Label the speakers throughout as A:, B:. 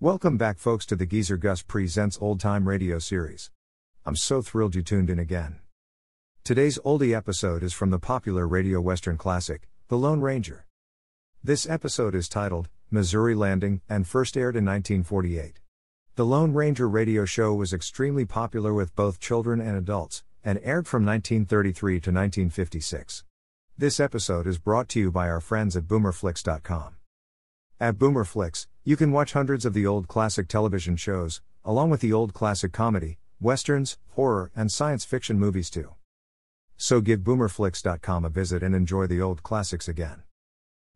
A: Welcome back, folks, to the Geezer Gus Presents Old Time Radio Series. I'm so thrilled you tuned in again. Today's oldie episode is from the popular radio western classic, The Lone Ranger. This episode is titled, Missouri Landing, and first aired in 1948. The Lone Ranger radio show was extremely popular with both children and adults, and aired from 1933 to 1956. This episode is brought to you by our friends at boomerflix.com. At Boomerflix, you can watch hundreds of the old classic television shows, along with the old classic comedy, westerns, horror, and science fiction movies too. So give boomerflix.com a visit and enjoy the old classics again.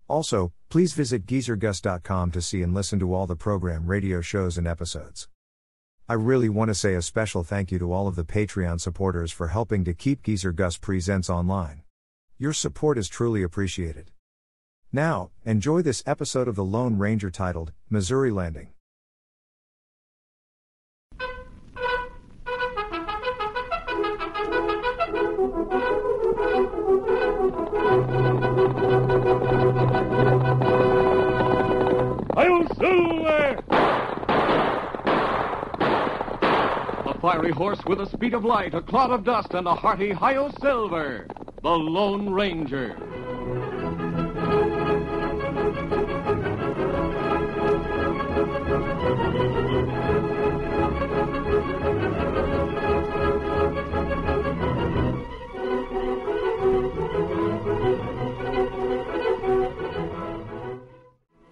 A: Also, please visit geezergus.com to see and listen to all the program radio shows and episodes. I really want to say a special thank you to all of the Patreon supporters for helping to keep Geezer Gus Presents online. Your support is truly appreciated. Now, enjoy this episode of The Lone Ranger titled Missouri Landing.
B: I'll silver!
C: A fiery horse with a speed of light, a cloud of dust, and a hearty Hio Silver, the Lone Ranger.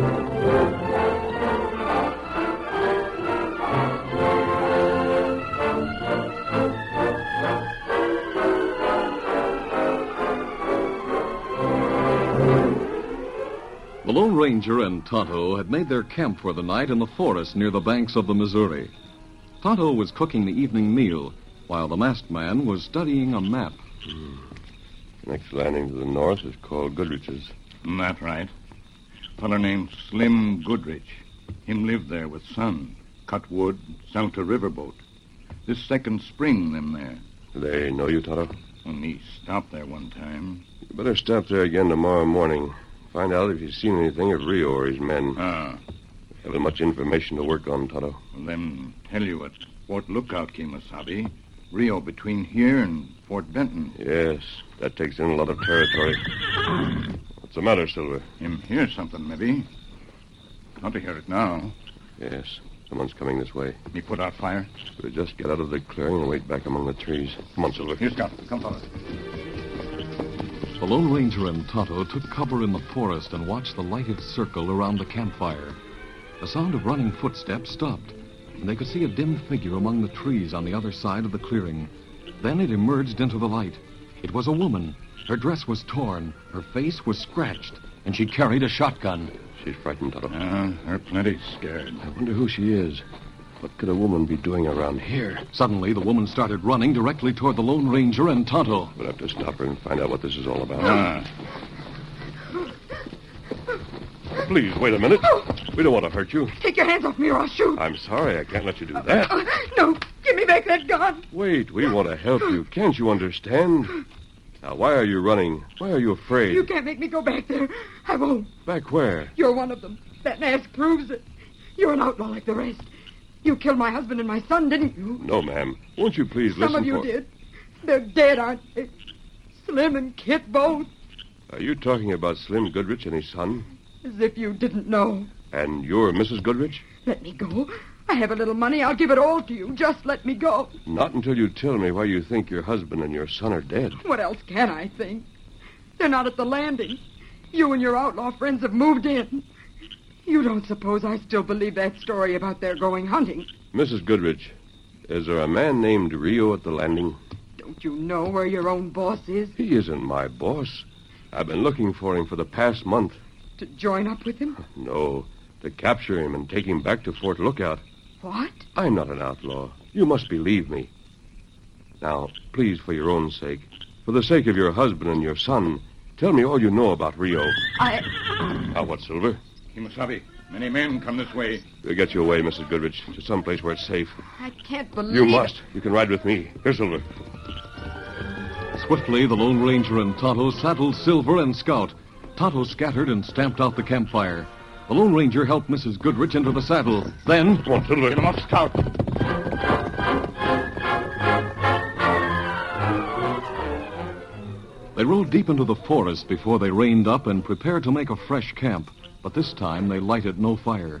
B: Hoy!
C: The Lone Ranger and Tonto had made their camp for the night in the forest near the banks of the Missouri. Tonto was cooking the evening meal, while the masked man was studying a map.
D: Next landing to the north is called Goodrich's.
E: Mm, That right. Feller named Slim Goodrich. Him lived there with son, cut wood, sell to riverboat. This second spring, them there.
D: Do They know you, Tonto.
E: When he stopped there one time.
D: You better stop there again tomorrow morning. Find out if he's seen anything of Rio or his men.
E: Ah,
D: Haven't much information to work on, Tonto.
E: well, then tell you at Fort Lookout, Kemosabe. Rio between here and Fort Benton.
D: Yes, that takes in a lot of territory. What's the matter, Silver?
E: Him hear something, maybe. Not to hear it now.
D: Yes, someone's coming this way.
E: He put out fire.
D: We'll just get out of the clearing and wait back among the trees. Come on, Silver.
E: Here, Scout. Come, fella.
C: The Lone Ranger and Tonto took cover in the forest and watched the lighted circle around the campfire. The sound of running footsteps stopped, and they could see a dim figure among the trees on the other side of the clearing. Then it emerged into the light. It was a woman. Her dress was torn, her face was scratched, and she carried a shotgun.
D: She's frightened, Tonto.
E: Ah, they're plenty scared.
D: I wonder who she is. What could a woman be doing around here?
C: Suddenly, the woman started running directly toward the Lone Ranger and Tonto.
D: We'll have to stop her and find out what this is all about.
E: Ah,
D: Please, wait a minute. We don't want to hurt you.
F: Take your hands off me or I'll shoot.
D: I'm sorry, I can't let you do that.
F: Uh, no, give me back that gun.
D: Wait, we want to help you. Can't you understand? Now, why are you running? Why are you afraid?
F: You can't make me go back there. I won't.
D: Back where?
F: You're one of them. That mask proves it. You're an outlaw like the rest. You killed my husband and my son, didn't you?
D: No, ma'am. Won't you please listen
F: Some of you
D: for...
F: did. They're dead, aren't they? Slim and Kit both.
D: Are you talking about Slim Goodrich and his son?
F: As if you didn't know.
D: And you're Mrs. Goodrich?
F: Let me go. I have a little money. I'll give it all to you. Just let me go.
D: Not until you tell me why you think your husband and your son are dead.
F: What else can I think? They're not at the landing. You and your outlaw friends have moved in. You don't suppose I still believe that story about their going hunting?
D: Mrs. Goodrich, is there a man named Rio at the landing?
F: Don't you know where your own boss is
D: He isn't my boss. I've been looking for him for the past month.
F: to join up with him?
D: No, to capture him and take him back to Fort Lookout.
F: What?
D: I'm not an outlaw. You must believe me. Now, please, for your own sake, for the sake of your husband and your son, tell me all you know about Rio.
F: I.
D: Now, what, Silver?
E: Kimasabi, many men come this way.
D: You'll get your way, Mrs. Goodrich, to some place where it's safe.
F: I can't believe.
D: You must. You can ride with me. Here, Silver.
C: Swiftly, the Lone Ranger and Tonto saddled Silver and Scout. Tonto scattered and stamped out the campfire. The Lone Ranger helped Mrs. Goodrich into the saddle. Then,
D: Come on, Silver.
E: Get him off, Scout.
C: they rode deep into the forest before they reined up and prepared to make a fresh camp. But this time, they lighted no fire.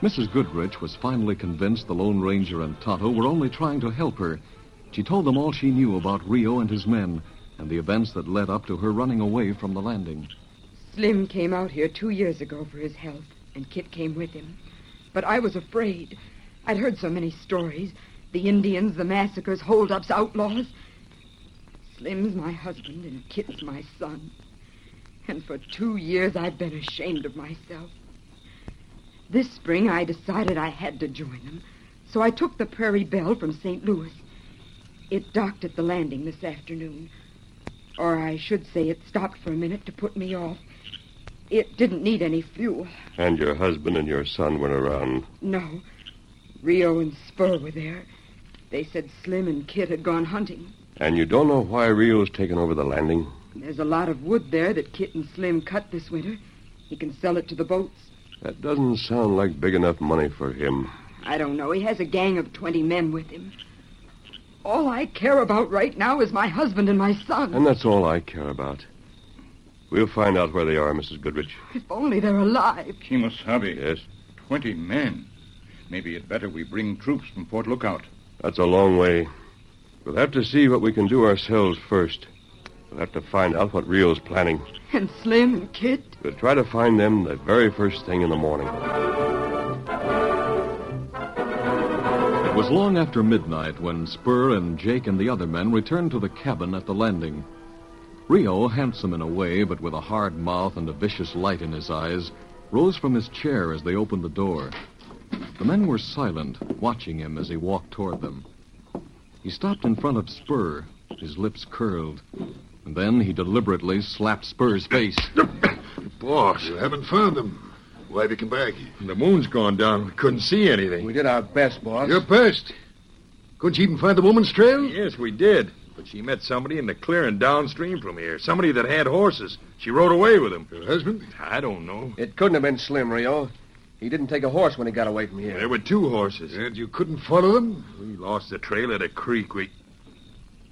C: Mrs. Goodrich was finally convinced the Lone Ranger and Tonto were only trying to help her. She told them all she knew about Rio and his men and the events that led up to her running away from the landing.
F: Slim came out here two years ago for his health, and Kit came with him. But I was afraid. I'd heard so many stories the Indians, the massacres, holdups, outlaws. Slim's my husband, and Kit's my son. And for two years I've been ashamed of myself. This spring I decided I had to join them, so I took the Prairie Bell from St. Louis. It docked at the landing this afternoon. Or I should say it stopped for a minute to put me off. It didn't need any fuel.
D: And your husband and your son went around.
F: No. Rio and Spur were there. They said Slim and Kit had gone hunting.
D: And you don't know why Rio's taken over the landing?
F: There's a lot of wood there that Kit and Slim cut this winter. He can sell it to the boats.
D: That doesn't sound like big enough money for him.
F: I don't know. He has a gang of 20 men with him. All I care about right now is my husband and my son.
D: And that's all I care about. We'll find out where they are, Mrs. Goodrich.
F: if only they're alive.
E: Kimasabi,
D: Yes,
E: twenty men. Maybe it better we bring troops from Fort Lookout.
D: that's a long way. We'll have to see what we can do ourselves first. We'll have to find out what Rio's planning.
F: And Slim and Kit.
D: We'll try to find them the very first thing in the morning.
C: It was long after midnight when Spur and Jake and the other men returned to the cabin at the landing. Rio, handsome in a way, but with a hard mouth and a vicious light in his eyes, rose from his chair as they opened the door. The men were silent, watching him as he walked toward them. He stopped in front of Spur, his lips curled, and then he deliberately slapped Spur's face.
G: Boss, you haven't found them. Why'd you come back? The moon's gone down. We couldn't see anything.
H: We did our best, boss.
G: You're pissed. Couldn't you even find the woman's trail? Yes, we did. But she met somebody in the clearing downstream from here. Somebody that had horses. She rode away with him. Her husband? I don't know.
H: It couldn't have been Slim, Rio. He didn't take a horse when he got away from here.
G: There were two horses. And you couldn't follow them? We lost the trail at a creek. We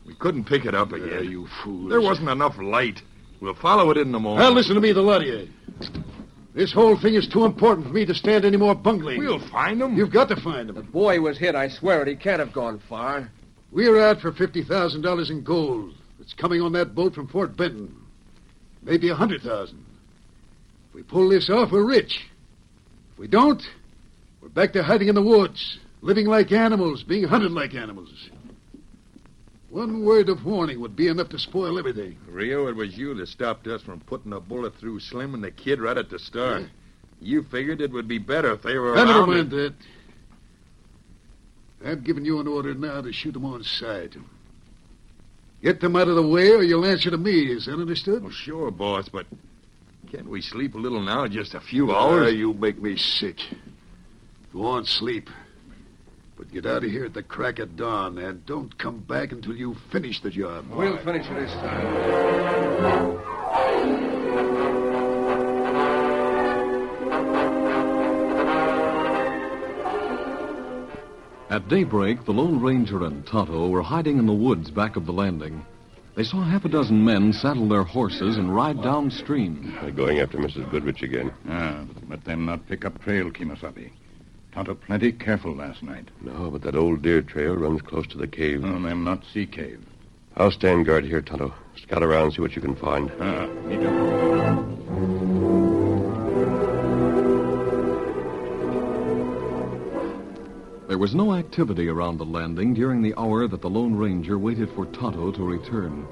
G: we couldn't pick it up again. you fools. There wasn't enough light. We'll follow it in the morning.
I: Now, listen to me, the lot of you. This whole thing is too important for me to stand any more bungling.
G: We'll find them.
I: You've got to find
H: The
I: them.
H: boy was hit, I swear it. He can't have gone far.
I: We're out for $50,000 in gold. It's coming on that boat from Fort Benton. Maybe a 100000 If we pull this off, we're rich. If we don't, we're back to hiding in the woods, living like animals, being hunted like animals. One word of warning would be enough to spoil everything.
G: Rio, it was you that stopped us from putting a bullet through Slim and the kid right at the start.
I: Yeah.
G: You figured it would be better if they were
I: Ah, never
G: around
I: mind
G: it.
I: that. I've given you an order now to shoot them on sight. Get them out of the way, or you'll answer to me. Is that understood?
G: Well, Oh, sure, boss, but can't we sleep a little now? Just a few hours.
I: Ah, you make me sick. Go on, sleep. But get out of here at the crack of dawn, and don't come back until you finish the job.
H: We'll finish it this time.
C: At daybreak, the Lone Ranger and Tonto were hiding in the woods back of the landing. They saw half a dozen men saddle their horses and ride downstream.
D: They're going after Mrs. Goodrich again.
E: Ah, let them not pick up trail, Kimasabi. Tonto plenty careful last night.
D: No, but that old deer trail runs close to the cave.
E: No, them not sea cave.
D: I'll stand guard here, Tonto. Scout around and see what you can find.
E: Ah, me too.
C: There was no activity around the landing during the hour that the Lone Ranger waited for Tonto to return.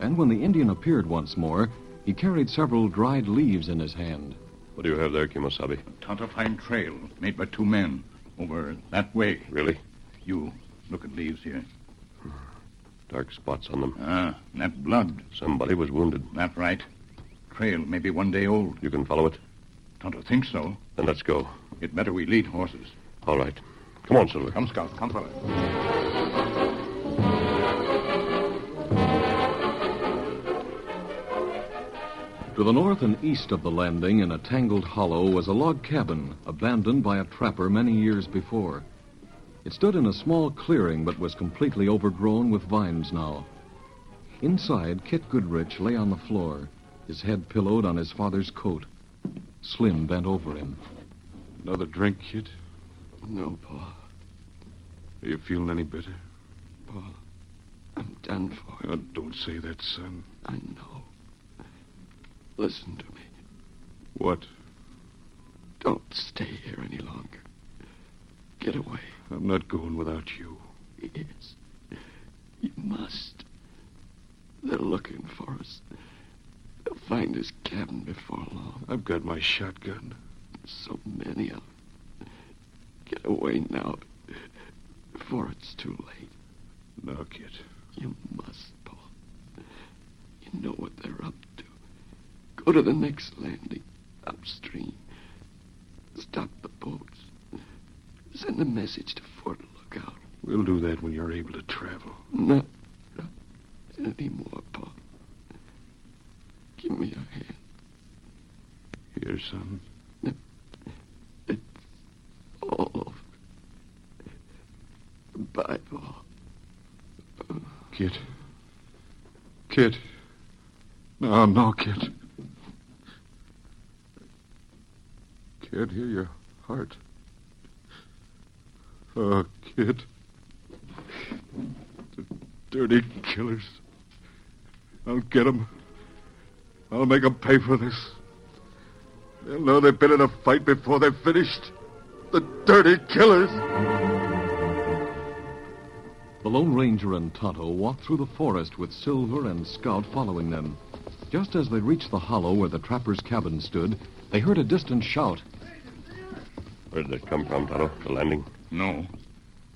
C: And when the Indian appeared once more, he carried several dried leaves in his hand.
D: What do you have there, Kimosabe?
E: Tonto find trail made by two men. Over that way.
D: Really?
E: You look at leaves here.
D: Dark spots on them.
E: Ah, and that blood.
D: Somebody was wounded.
E: That right. Trail maybe one day old.
D: You can follow it?
E: Tonto thinks so.
D: Then let's go.
E: It better we lead horses.
D: All right. Come on, Silver.
E: Come, Scout. Come, fella.
C: To the north and east of the landing, in a tangled hollow, was a log cabin abandoned by a trapper many years before. It stood in a small clearing but was completely overgrown with vines now. Inside, Kit Goodrich lay on the floor, his head pillowed on his father's coat. Slim bent over him.
J: Another drink, kid? No, Pa. Are you feeling any better? Pa, I'm done for. don't say that, son. I know. Listen to me. What? Don't stay here any longer. Get away. I'm not going without you. Yes. You must. They're looking for us. They'll find this cabin before long. I've got my shotgun. So many of them. Get away now. Before it's too late. No, kid. You must, Paul. You know what they're up to. Go to the next landing, upstream. Stop the boats. Send a message to Fort Lookout. We'll do that when you're able to travel.
K: No.
J: Any more, Paul. Give me your hand. Here, son. It's all over. Goodbye, Paul. Kid. Kid. No, no, kid. Can't hear your heart. Oh, kid. The dirty killers. I'll get 'em. I'll make 'em pay for this. They'll know they've been in a fight before they're finished. The dirty killers.
C: The Lone Ranger and Tonto walked through the forest with Silver and Scout following them. Just as they reached the hollow where the trapper's cabin stood, they heard a distant shout.
D: Where did that come from, Tonto? The landing?
E: No.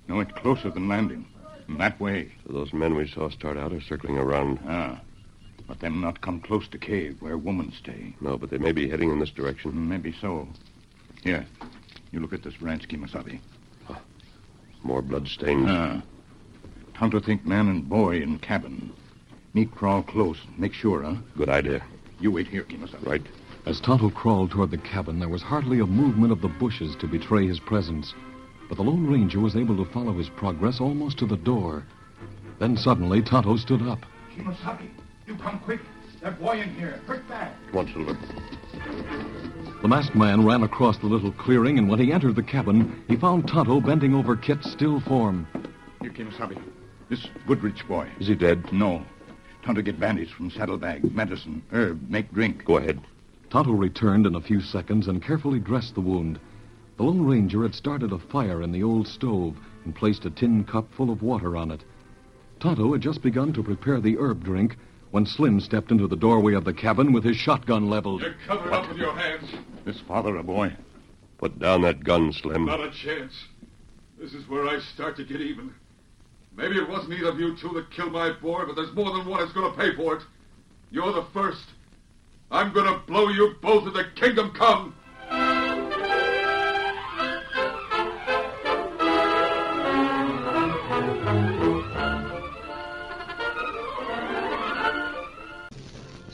E: No, it's closer than landing. In that way.
D: So those men we saw start out are circling around.
E: Ah. But them not come close to cave where women stay. Mm,
D: No, but they may be heading in this direction.
E: Maybe so. Here. You look at this ranch, Kimasabi.
D: More bloodstains.
E: Ah. Tonto think man and boy in cabin. Me crawl close. Make sure, huh?
D: Good idea.
E: You wait here, Kimasabi.
D: Right.
C: As Tonto crawled toward the cabin, there was hardly a movement of the bushes to betray his presence. But the Lone Ranger was able to follow his progress almost to the door. Then suddenly, Tonto stood up.
E: Kimasabi, you come quick. That boy in here. Quick back.
D: Come on, Silver.
C: The masked man ran across the little clearing, and when he entered the cabin, he found Tonto bending over Kit's still form.
E: Here, Kimasabi. This Goodrich boy.
D: Is he dead?
E: No. Tonto get bandage from saddlebag, medicine, herb, make drink.
D: Go ahead.
C: Tonto returned in a few seconds and carefully dressed the wound. The Lone Ranger had started a fire in the old stove and placed a tin cup full of water on it. Tonto had just begun to prepare the herb drink when Slim stepped into the doorway of the cabin with his shotgun leveled.
J: Cover up with your hands.
E: This father a boy.
D: Put down that gun, Slim.
J: Not a chance. This is where I start to get even. Maybe it wasn't either of you two that killed my boy, but there's more than one that's going to pay for it. You're the first. I'm going to blow you both into kingdom come.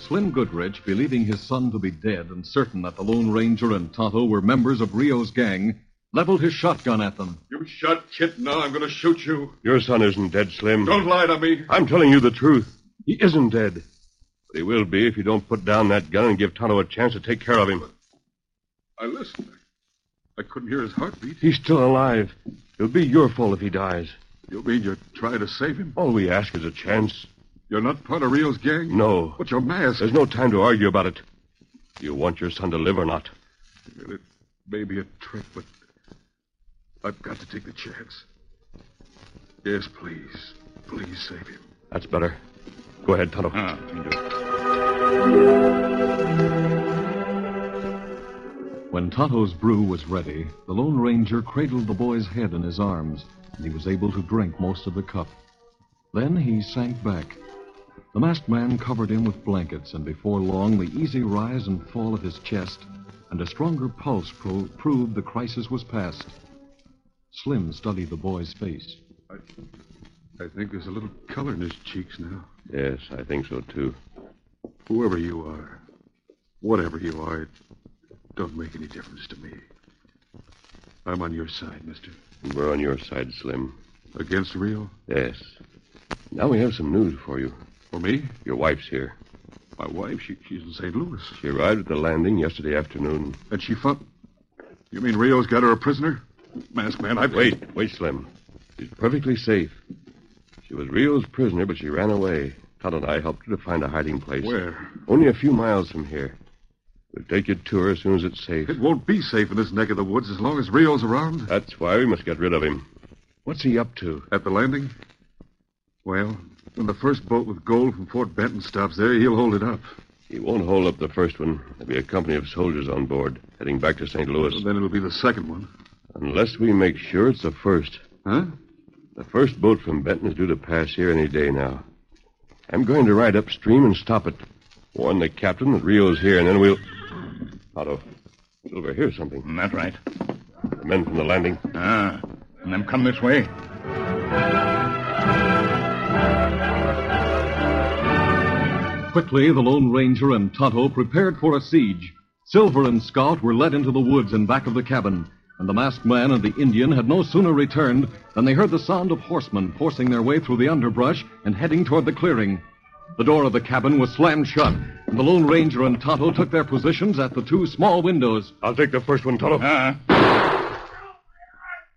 C: Slim Goodrich, believing his son to be dead and certain that the Lone Ranger and Tonto were members of Rio's gang, leveled his shotgun at them.
J: You shot Kit now. I'm going to shoot you.
D: Your son isn't dead, Slim.
J: Don't lie to me.
D: I'm telling you the truth. He isn't dead. But he will be if you don't put down that gun and give Tonto a chance to take care of him.
J: I listened. I couldn't hear his heartbeat.
D: He's still alive. It'll be your fault if he dies.
J: You mean you try to save him?
D: All we ask is a chance.
J: You're not part of Rio's gang?
D: No.
J: What's your mask?
D: There's no time to argue about it. Do you want your son to live or not?
J: It may be a trick, but I've got to take the chance. Yes, please. Please save him.
D: That's better. Go ahead, Tonto.
E: Ah, you do.
C: When Tonto's brew was ready, the Lone Ranger cradled the boy's head in his arms, and he was able to drink most of the cup. Then he sank back. The masked man covered him with blankets, and before long, the easy rise and fall of his chest and a stronger pulse pro- proved the crisis was past. Slim studied the boy's face.
J: I think there's a little color in his cheeks now.
D: Yes, I think so, too.
J: Whoever you are, whatever you are, it don't make any difference to me. I'm on your side, mister.
D: We're on your side, Slim.
J: Against Rio?
D: Yes. Now we have some news for you.
J: For me?
D: Your wife's here.
J: My wife, she, she's in St. Louis.
D: She arrived at the landing yesterday afternoon.
J: And she fought. You mean Rio's got her a prisoner? Masked man, I've.
D: Wait, wait, Slim. She's perfectly safe. She was Rio's prisoner, but she ran away. Todd and I helped her to find a hiding place.
J: Where?
D: Only a few miles from here. We'll take you to her as soon as it's safe.
J: It won't be safe in this neck of the woods as long as Rio's around.
D: That's why we must get rid of him. What's he up to?
J: At the landing? Well, when the first boat with gold from Fort Benton stops there, he'll hold it up.
D: He won't hold up the first one. There'll be a company of soldiers on board, heading back to St. Louis.
J: Then it'll be the second one.
D: Unless we make sure it's the first.
J: Huh?
D: The first boat from Benton is due to pass here any day now. I'm going to ride upstream and stop it. Warn the captain that Rio's here, and then we'll. Otto, Silver, here's something.
E: That's right.
D: The men from the landing.
E: Ah, and them come this way.
C: Quickly, the Lone Ranger and Tonto prepared for a siege. Silver and Scout were led into the woods in back of the cabin, and the masked man and the Indian had no sooner returned than they heard the sound of horsemen forcing their way through the underbrush and heading toward the clearing. The door of the cabin was slammed shut, and the Lone Ranger and Tonto took their positions at the two small windows. Uh-huh.
D: I'll take the first one, Tonto.
E: Ah,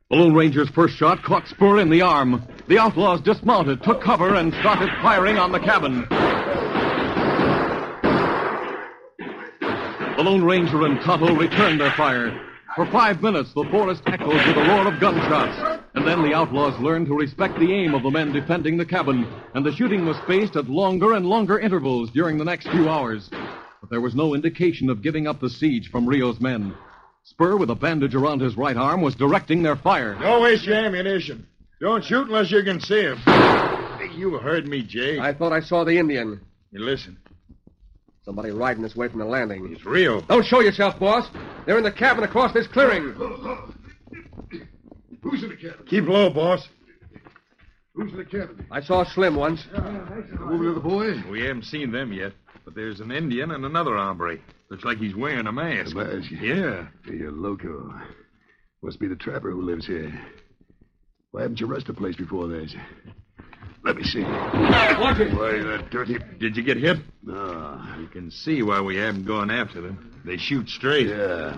C: The Lone Ranger's first shot caught Spur in the arm. The outlaws dismounted, took cover, and started firing on the cabin. The Lone Ranger and Tonto returned their fire. For five minutes, the forest echoed with a roar of gunshots. And then the outlaws learned to respect the aim of the men defending the cabin, and the shooting was spaced at longer and longer intervals during the next few hours. But there was no indication of giving up the siege from Rio's men. Spur, with a bandage around his right arm, was directing their fire.
G: Don't waste your ammunition. Don't shoot unless you can see him. You heard me, Jake.
H: I thought I saw the Indian.
G: You listen.
H: Somebody riding this way from the landing.
G: It's Rio.
H: Don't show yourself, boss. They're in the cabin across this clearing.
I: Who's in the cabin?
G: Keep low, boss.
I: Who's in the Uh, cabin?
H: I saw Slim once.
I: Over to the boy.
G: We haven't seen them yet, but there's an Indian and another hombre. Looks like he's wearing a mask.
I: A mask?
G: Yeah.
I: Hey, you loco. Must be the trapper who lives here. Why haven't you rushed the place before this? Let me see.
G: Watch it.
I: Why, that dirty.
G: Did you get hit?
I: No.
G: You can see why we haven't gone after them. They shoot straight.
I: Yeah.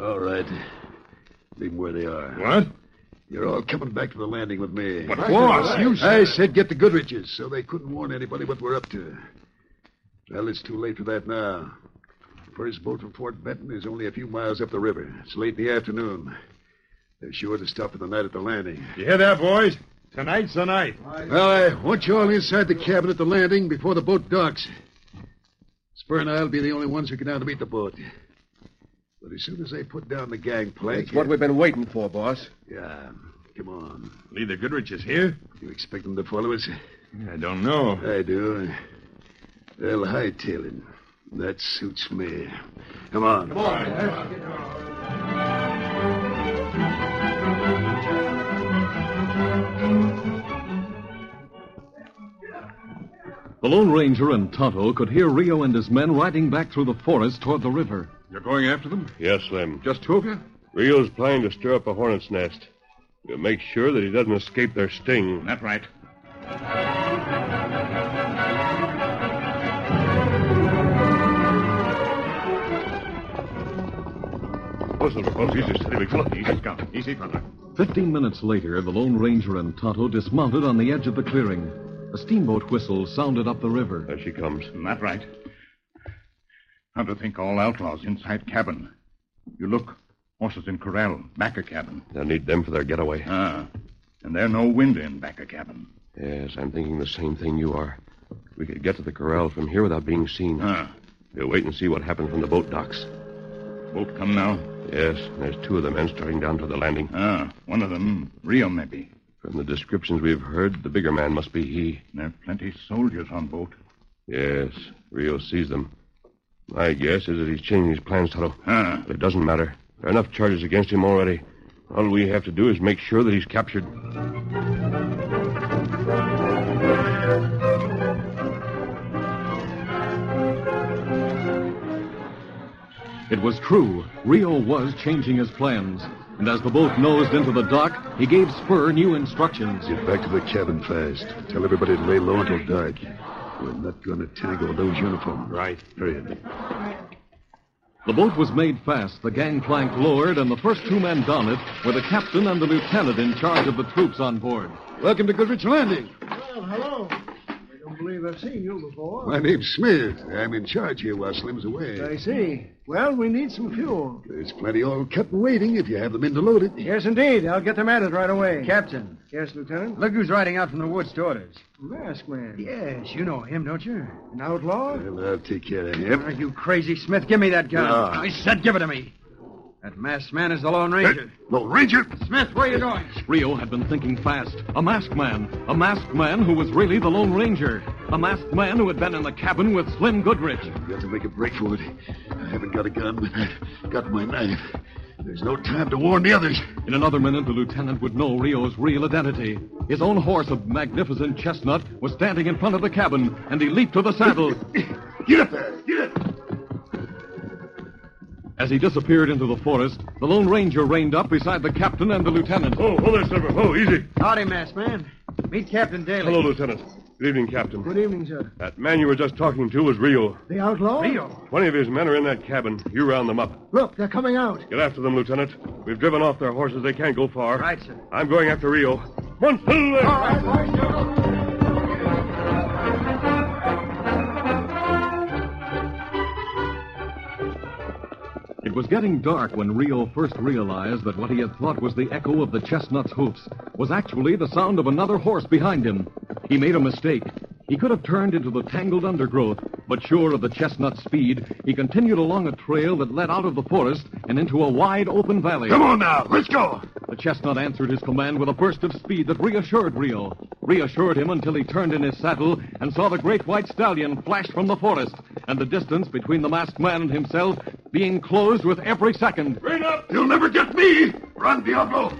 I: All right. Leave them where they are.
G: What?
I: You're all coming back to the landing with me.
G: But, boss, you
I: I said get the Goodriches so they couldn't warn anybody what we're up to. Well, it's too late for that now. First boat from Fort Benton is only a few miles up the river. It's late in the afternoon. They're sure to stop for the night at the landing.
G: You hear that, boys? Tonight's the night.
I: Well, I want you all inside the cabin at the landing before the boat docks. Spur and I'll be the only ones who can out to meet the boat. But as soon as they put down the gangplank.
H: It's what we've been waiting for, boss.
I: Yeah, come on.
G: Neither Goodrich is here?
I: You expect them to follow us?
G: I don't know.
I: I do. They'll hightail it. That suits me. Come on. Come on.
C: The Lone Ranger and Tonto could hear Rio and his men riding back through the forest toward the river.
J: You're going after them?
D: Yes, Slim.
J: Just two of you?
D: Rio's planning to stir up a hornet's nest. We'll make sure that he doesn't escape their sting.
E: that's right.
D: Listen, folks, he's a steady fellow.
E: Easy, Scout. Easy, Butler.
C: Fifteen minutes later, the Lone Ranger and Tonto dismounted on the edge of the clearing. A steamboat whistle sounded up the river.
D: There she comes.
E: That's right. How to think all outlaws inside cabin. You look. Horses in corral, back of cabin.
D: They'll need them for their getaway.
E: Ah. And there no wind in back of cabin.
D: Yes, I'm thinking the same thing you are. We could get to the corral from here without being seen.
E: Ah.
D: We'll wait and see what happens when the boat docks.
E: Boat come now?
D: Yes, there's two of the men starting down to the landing.
E: Ah, one of them, Rio, maybe.
D: From the descriptions we've heard, the bigger man must be he.
E: There are plenty soldiers on boat.
D: Yes, Rio sees them. My guess is that he's changing his plans, Toto.
E: Ah,
D: But it doesn't matter. There are enough charges against him already. All we have to do is make sure that he's captured.
K: It was true. Rio was changing his plans. And as the boat nosed into the dock, he gave Spur new instructions.
I: Get back to the cabin fast. Tell everybody to lay low until dark. We're not going to tangle with those uniforms. Right. Hurry up.
K: The boat was made fast, the gangplank lowered, and the first two men down it were the captain and the lieutenant in charge of the troops on board.
L: Welcome to Goodrich Landing.
G: Well, hello. I don't believe I've seen you before.
I: My name's Smith. I'm in charge here while Slim's away.
G: I see. Well, we need some fuel.
I: There's plenty all cut and waiting if you have the men to load it.
G: Yes, indeed. I'll get them at it right away.
C: Captain.
G: Yes, Lieutenant?
C: Look who's riding out from the woods to orders.
G: Mask man.
C: Yes, you know him, don't you?
G: An outlaw?
I: Well, I'll take care of him.
C: Are you crazy, Smith? Give me that gun.
I: No.
C: I said give it to me. That masked man is the Lone Ranger.
I: Lone Ranger?
C: Smith, where are you going?
K: Rio had been thinking fast. A masked man. A masked man who was really the Lone Ranger. A masked man who had been in the cabin with Slim Goodrich.
I: I've got to make a break for it. I haven't got a gun, but I've got my knife. There's no time to warn the others.
K: In another minute, the lieutenant would know Rio's real identity. His own horse of magnificent chestnut was standing in front of the cabin, and he leaped to the saddle.
I: Get up there!
K: As he disappeared into the forest, the Lone Ranger reined up beside the captain and the lieutenant.
D: Oh, hold there, Silver. Oh, easy.
C: Howdy, masked man. Meet Captain Daly.
D: Hello, Lieutenant. Good evening, Captain.
G: Good evening, sir.
D: That man you were just talking to was Rio.
G: The outlaw?
D: Twenty of his men are in that cabin. You round them up.
G: Look, they're coming out.
D: Get after them, Lieutenant. We've driven off their horses. They can't go far.
G: Right, sir.
D: I'm going after Rio. One, two, there.
C: Oh,
K: It was getting dark when Rio first realized that what he had thought was the echo of the chestnut's hoofs was actually the sound of another horse behind him. He made a mistake. He could have turned into the tangled undergrowth, but sure of the chestnut's speed, he continued along a trail that led out of the forest and into a wide open valley.
I: Come on now, let's go!
K: The chestnut answered his command with a burst of speed that reassured Rio. Reassured him until he turned in his saddle and saw the great white stallion flash from the forest, and the distance between the masked man and himself being closed with every second.
D: Rein up!
I: You'll never get me! Run, Diablo!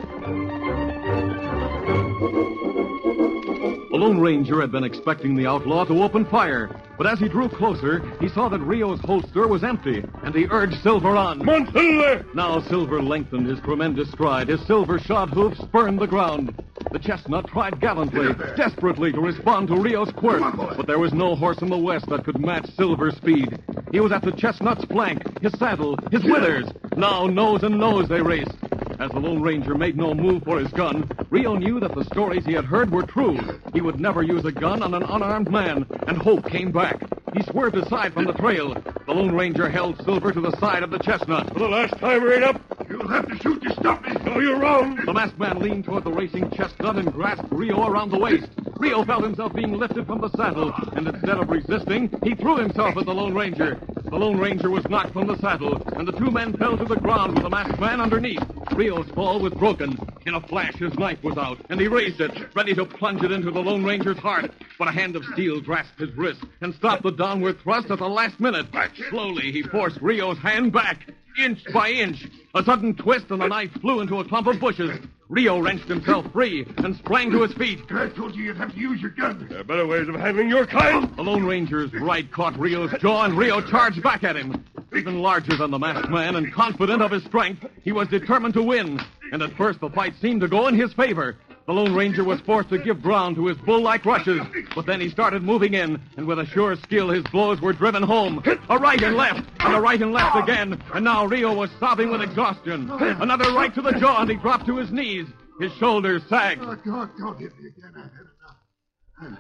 K: The Lone Ranger had been expecting the outlaw to open fire, but as he drew closer, he saw that Rio's holster was empty, and he urged Silver on. Come
D: on, Silver!
K: Now Silver lengthened his tremendous stride. His silver shod hoofs spurned the ground. The chestnut tried gallantly, desperately, to respond to Rio's quirt, but there was no horse in the West that could match Silver's speed. He was at the chestnut's flank, his saddle, his withers. Now, nose and nose, they raced. As the Lone Ranger made no move for his gun, Rio knew that the stories he had heard were true. He would never use a gun on an unarmed man, and hope came back. He swerved aside from the trail. The Lone Ranger held Silver to the side of the chestnut.
D: For the last time, rein up.
I: You'll have to shoot to stop me.
D: No, you're wrong.
K: The masked man leaned toward the racing chestnut and grasped Rio around the waist. Rio felt himself being lifted from the saddle, and instead of resisting, he threw himself at the Lone Ranger. The Lone Ranger was knocked from the saddle, and the two men fell to the ground with the masked man underneath. Rio's fall was broken. In a flash, his knife was out, and he raised it, ready to plunge it into the Lone Ranger's heart. But a hand of steel grasped his wrist and stopped the downward thrust at the last minute. Slowly, he forced Rio's hand back, inch by inch. A sudden twist, and the knife flew into a clump of bushes. Rio wrenched himself free and sprang to his feet.
I: I told you you'd have to use your gun.
D: There are better ways of handling your kind.
K: The Lone Ranger's right caught Rio's jaw, and Rio charged back at him. Even larger than the masked man and confident of his strength, he was determined to win. And at first, the fight seemed to go in his favor. The Lone Ranger was forced to give ground to his bull like rushes, but then he started moving in, and with a sure skill, his blows were driven home. A right and left, and a right and left again, and now Rio was sobbing with exhaustion. Another right to the jaw, and he dropped to his knees. His shoulders sagged.
I: Oh, don't, don't hit me again. I've had enough.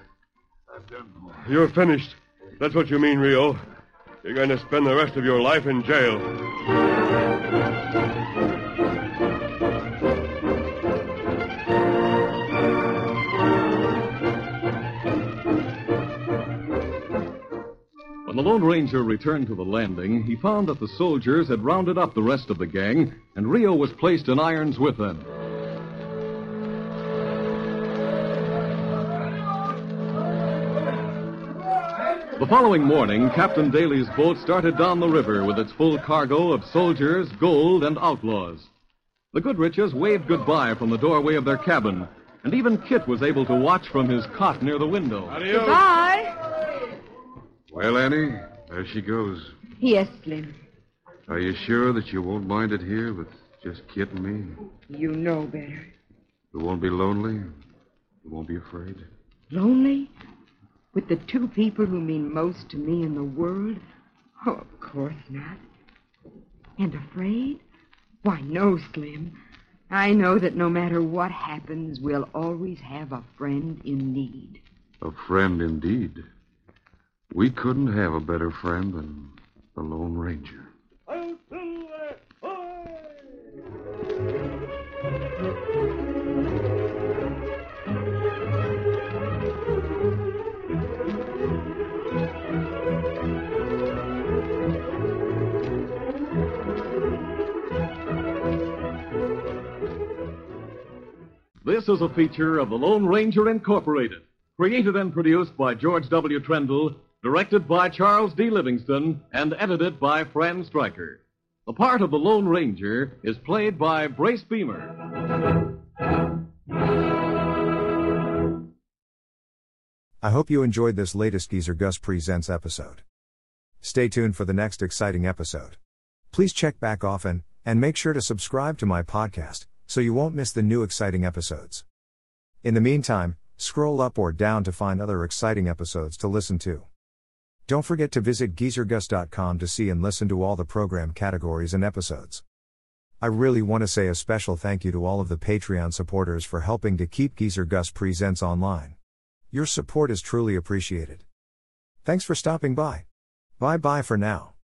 I: I've done more.
D: You're finished. That's what you mean, Rio. You're going to spend the rest of your life in jail.
K: When the
C: the Lone Ranger returned to the landing, he found that the soldiers had rounded up the rest of the gang, and Rio was placed in irons with them. The following morning, Captain Daly's boat started down the river with its full cargo of soldiers, gold, and outlaws. The Goodriches waved goodbye from the doorway of their cabin, and even Kit was able to watch from his cot near the window.
F: Goodbye.
J: Well, Annie, there she goes.
F: Yes, Slim.
J: Are you sure that you won't mind it here with just Kit and me?
F: You know better.
J: You won't be lonely. You won't be afraid.
F: Lonely? With the two people who mean most to me in the world? Oh, of course not. And afraid? Why, no, Slim. I know that no matter what happens, we'll always have a friend in need.
J: A friend indeed. We couldn't have a better friend than the Lone Ranger.
C: This is a feature of the Lone Ranger Incorporated, created and produced by George W. Trendle, directed by Charles D. Livingston, and edited by Fran Stryker. The part of the Lone Ranger is played by Brace Beamer.
A: I hope you enjoyed this latest Geezer Gus Presents episode. Stay tuned for the next exciting episode. Please check back often, and make sure to subscribe to my podcast so you won't miss the new exciting episodes. In the meantime, scroll up or down to find other exciting episodes to listen to. Don't forget to visit geezergus.com to see and listen to all the program categories and episodes. I really want to say a special thank you to all of the Patreon supporters for helping to keep Geezer Gus Presents online. Your support is truly appreciated. Thanks for stopping by. Bye bye for now.